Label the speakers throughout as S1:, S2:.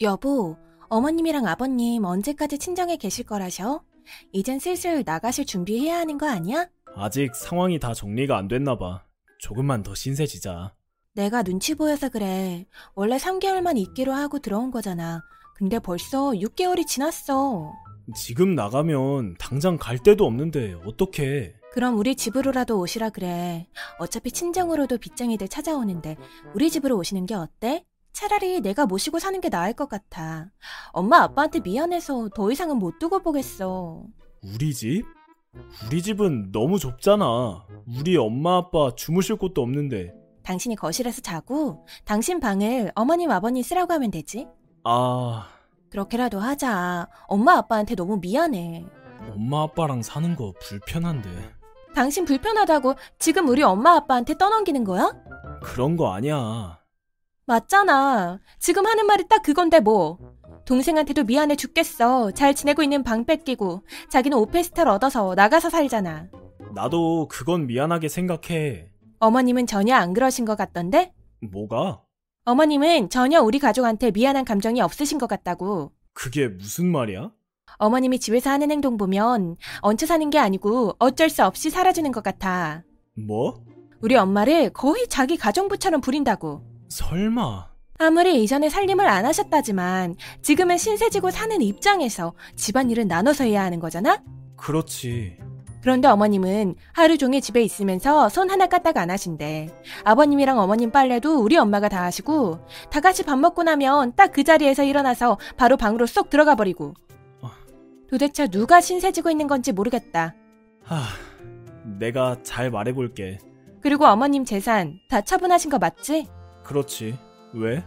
S1: 여보, 어머님이랑 아버님 언제까지 친정에 계실 거라셔? 이젠 슬슬 나가실 준비해야 하는 거 아니야?
S2: 아직 상황이 다 정리가 안 됐나 봐. 조금만 더 신세지자.
S1: 내가 눈치 보여서 그래. 원래 3개월만 있기로 하고 들어온 거잖아. 근데 벌써 6개월이 지났어.
S2: 지금 나가면 당장 갈 데도 없는데 어떡해.
S1: 그럼 우리 집으로라도 오시라 그래. 어차피 친정으로도 빚쟁이들 찾아오는데 우리 집으로 오시는 게 어때? 차라리 내가 모시고 사는 게 나을 것 같아. 엄마 아빠한테 미안해서 더 이상은 못 두고 보겠어.
S2: 우리 집? 우리 집은 너무 좁잖아. 우리 엄마 아빠 주무실 곳도 없는데.
S1: 당신이 거실에서 자고 당신 방을 어머님 아버님 쓰라고 하면 되지.
S2: 아,
S1: 그렇게라도 하자. 엄마 아빠한테 너무 미안해.
S2: 엄마 아빠랑 사는 거 불편한데.
S1: 당신 불편하다고 지금 우리 엄마 아빠한테 떠넘기는 거야?
S2: 그런 거 아니야.
S1: 맞잖아. 지금 하는 말이 딱 그건데 뭐. 동생한테도 미안해 죽겠어. 잘 지내고 있는 방 뺏기고 자기는 오페스텔 얻어서 나가서 살잖아.
S2: 나도 그건 미안하게 생각해.
S1: 어머님은 전혀 안 그러신 것 같던데?
S2: 뭐가?
S1: 어머님은 전혀 우리 가족한테 미안한 감정이 없으신 것 같다고.
S2: 그게 무슨 말이야?
S1: 어머님이 집에서 하는 행동 보면 얹혀 사는 게 아니고 어쩔 수 없이 살아주는 것 같아.
S2: 뭐?
S1: 우리 엄마를 거의 자기 가정부처럼 부린다고.
S2: 설마.
S1: 아무리 이전에 살림을 안 하셨다지만 지금은 신세지고 사는 입장에서 집안일은 나눠서 해야 하는 거잖아?
S2: 그렇지.
S1: 그런데 어머님은 하루 종일 집에 있으면서 손 하나 까딱 안 하신대. 아버님이랑 어머님 빨래도 우리 엄마가 다 하시고 다 같이 밥 먹고 나면 딱 그 자리에서 일어나서 바로 방으로 쏙 들어가 버리고. 도대체 누가 신세지고 있는 건지 모르겠다.
S2: 하, 내가 잘 말해볼게.
S1: 그리고 어머님 재산 다 처분하신 거 맞지?
S2: 그렇지. 왜?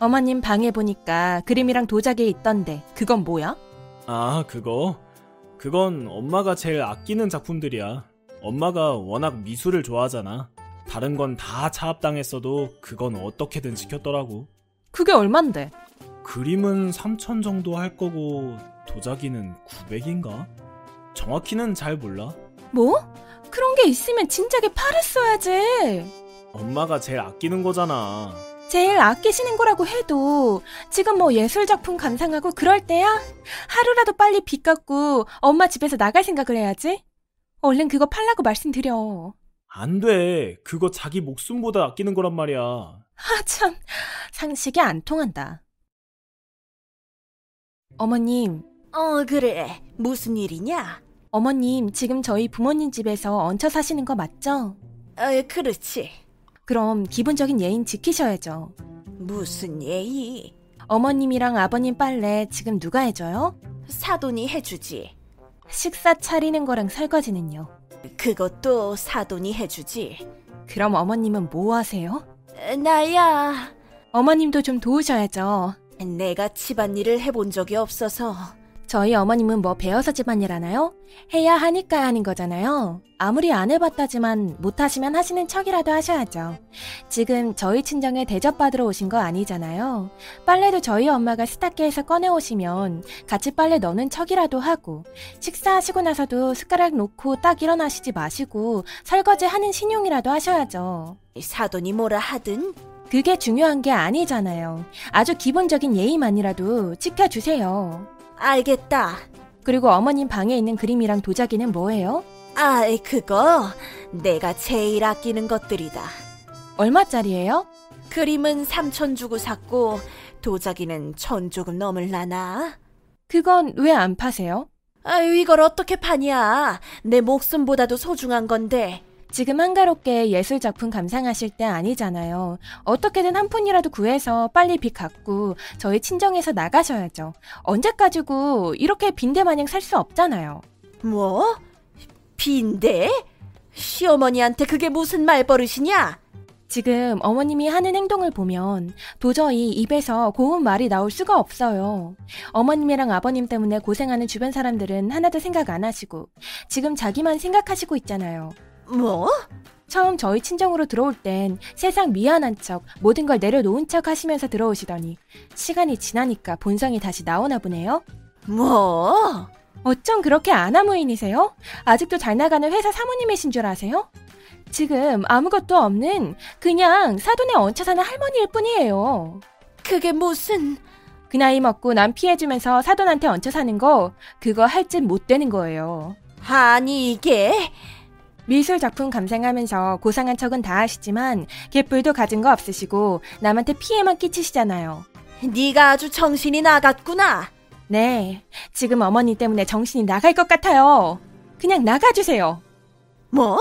S1: 어머님 방에 보니까 그림이랑 도자기에 있던데 그건 뭐야?
S2: 아, 그거? 그건 엄마가 제일 아끼는 작품들이야. 엄마가 워낙 미술을 좋아하잖아. 다른 건 다 차압당했어도 그건 어떻게든 지켰더라고.
S1: 그게 얼만데?
S2: 그림은 3천 정도 할 거고 도자기는 900인가? 정확히는 잘 몰라.
S1: 뭐? 그런 게 있으면 진작에 팔았어야지.
S2: 엄마가 제일 아끼는 거잖아.
S1: 제일 아끼시는 거라고 해도 지금 뭐 예술 작품 감상하고 그럴 때야 하루라도 빨리 빚 갚고 엄마 집에서 나갈 생각을 해야지. 얼른 그거 팔라고 말씀드려.
S2: 안 돼. 그거 자기 목숨보다 아끼는 거란 말이야.
S1: 아 참, 상식이 안 통한다. 어머님,
S3: 어, 그래. 무슨 일이냐?
S1: 어머님 지금 저희 부모님 집에서 얹혀 사시는 거 맞죠?
S3: 어, 그렇지.
S1: 그럼 기본적인 예인 지키셔야죠.
S3: 무슨 예의?
S1: 어머님이랑 아버님 빨래 지금 누가 해줘요?
S3: 사돈이 해주지.
S1: 식사 차리는 거랑 설거지는요.
S3: 그것도 사돈이 해주지.
S1: 그럼 어머님은 뭐 하세요?
S3: 어, 나야,
S1: 어머님도 좀 도우셔야죠.
S3: 내가 집안일을 해본 적이 없어서.
S1: 저희 어머님은 뭐 배워서 집안일 하나요? 해야 하니까 하는 거잖아요. 아무리 안 해봤다지만 못하시면 하시는 척이라도 하셔야죠. 지금 저희 친정에 대접받으러 오신 거 아니잖아요. 빨래도 저희 엄마가 스타케에서 꺼내오시면 같이 빨래 넣는 척이라도 하고, 식사하시고 나서도 숟가락 놓고 딱 일어나시지 마시고, 설거지 하는 신용이라도 하셔야죠.
S3: 사돈이 뭐라 하든
S1: 그게 중요한 게 아니잖아요. 아주 기본적인 예의만이라도 지켜주세요.
S3: 알겠다.
S1: 그리고 어머님 방에 있는 그림이랑 도자기는 뭐예요?
S3: 아, 그거 내가 제일 아끼는 것들이다.
S1: 얼마짜리예요?
S3: 그림은 3천 주고 샀고 도자기는 천 조금 넘을라나?
S1: 그건 왜 안 파세요?
S3: 아유, 이걸 어떻게 파냐? 내 목숨보다도 소중한 건데.
S1: 지금 한가롭게 예술 작품 감상하실 때 아니잖아요. 어떻게든 한 푼이라도 구해서 빨리 빚 갚고 저희 친정에서 나가셔야죠. 언제 가지고 이렇게 빈대 마냥 살 수 없잖아요.
S3: 뭐? 빈대? 시어머니한테 그게 무슨 말버릇이냐?
S1: 지금 어머님이 하는 행동을 보면 도저히 입에서 고운 말이 나올 수가 없어요. 어머님이랑 아버님 때문에 고생하는 주변 사람들은 하나도 생각 안 하시고 지금 자기만 생각하시고 있잖아요.
S3: 뭐?
S1: 처음 저희 친정으로 들어올 땐 세상 미안한 척 모든 걸 내려놓은 척 하시면서 들어오시더니 시간이 지나니까 본성이 다시 나오나 보네요.
S3: 뭐?
S1: 어쩜 그렇게 아나무인이세요? 아직도 잘 나가는 회사 사모님이신 줄 아세요? 지금 아무것도 없는 그냥 사돈에 얹혀 사는 할머니일 뿐이에요.
S3: 그게 무슨
S1: 그 나이 먹고 남 피해주면서 사돈한테 얹혀 사는 거 그거 할 짓 못 되는 거예요.
S3: 아니 이게
S1: 미술 작품 감상하면서 고상한 척은 다 하시지만 개뿔도 가진 거 없으시고 남한테 피해만 끼치시잖아요.
S3: 네가 아주 정신이 나갔구나.
S1: 네, 지금 어머니 때문에 정신이 나갈 것 같아요. 그냥 나가주세요.
S3: 뭐?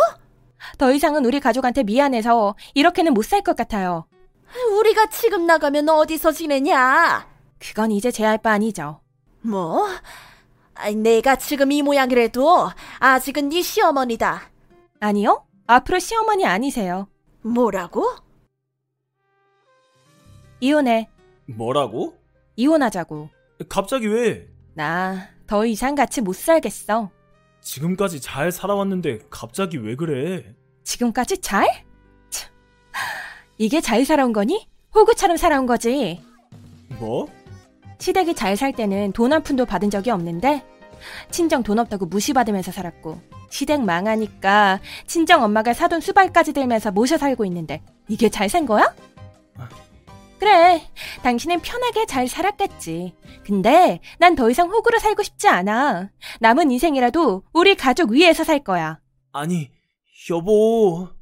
S1: 더 이상은 우리 가족한테 미안해서 이렇게는 못 살 것 같아요.
S3: 우리가 지금 나가면 어디서 지내냐?
S1: 그건 이제 제 할 바 아니죠.
S3: 뭐? 아이, 내가 지금 이 모양이라도 아직은 네 시어머니다.
S1: 아니요? 앞으로 시어머니 아니세요.
S3: 뭐라고?
S1: 이혼해.
S2: 뭐라고?
S1: 이혼하자고.
S2: 갑자기 왜?
S1: 나 더 이상 같이 못 살겠어.
S2: 지금까지 잘 살아왔는데 갑자기 왜 그래?
S1: 지금까지 잘? 참, 이게 잘 살아온 거니? 호구처럼 살아온 거지.
S2: 뭐?
S1: 시댁이 잘 살 때는 돈 한 푼도 받은 적이 없는데 친정 돈 없다고 무시받으면서 살았고 시댁 망하니까 친정 엄마가 사돈 수발까지 들면서 모셔 살고 있는데 이게 잘 산 거야? 그래 당신은 편하게 잘 살았겠지 근데 난 더 이상 호구로 살고 싶지 않아 남은 인생이라도 우리 가족 위에서 살 거야
S2: 아니, 여보.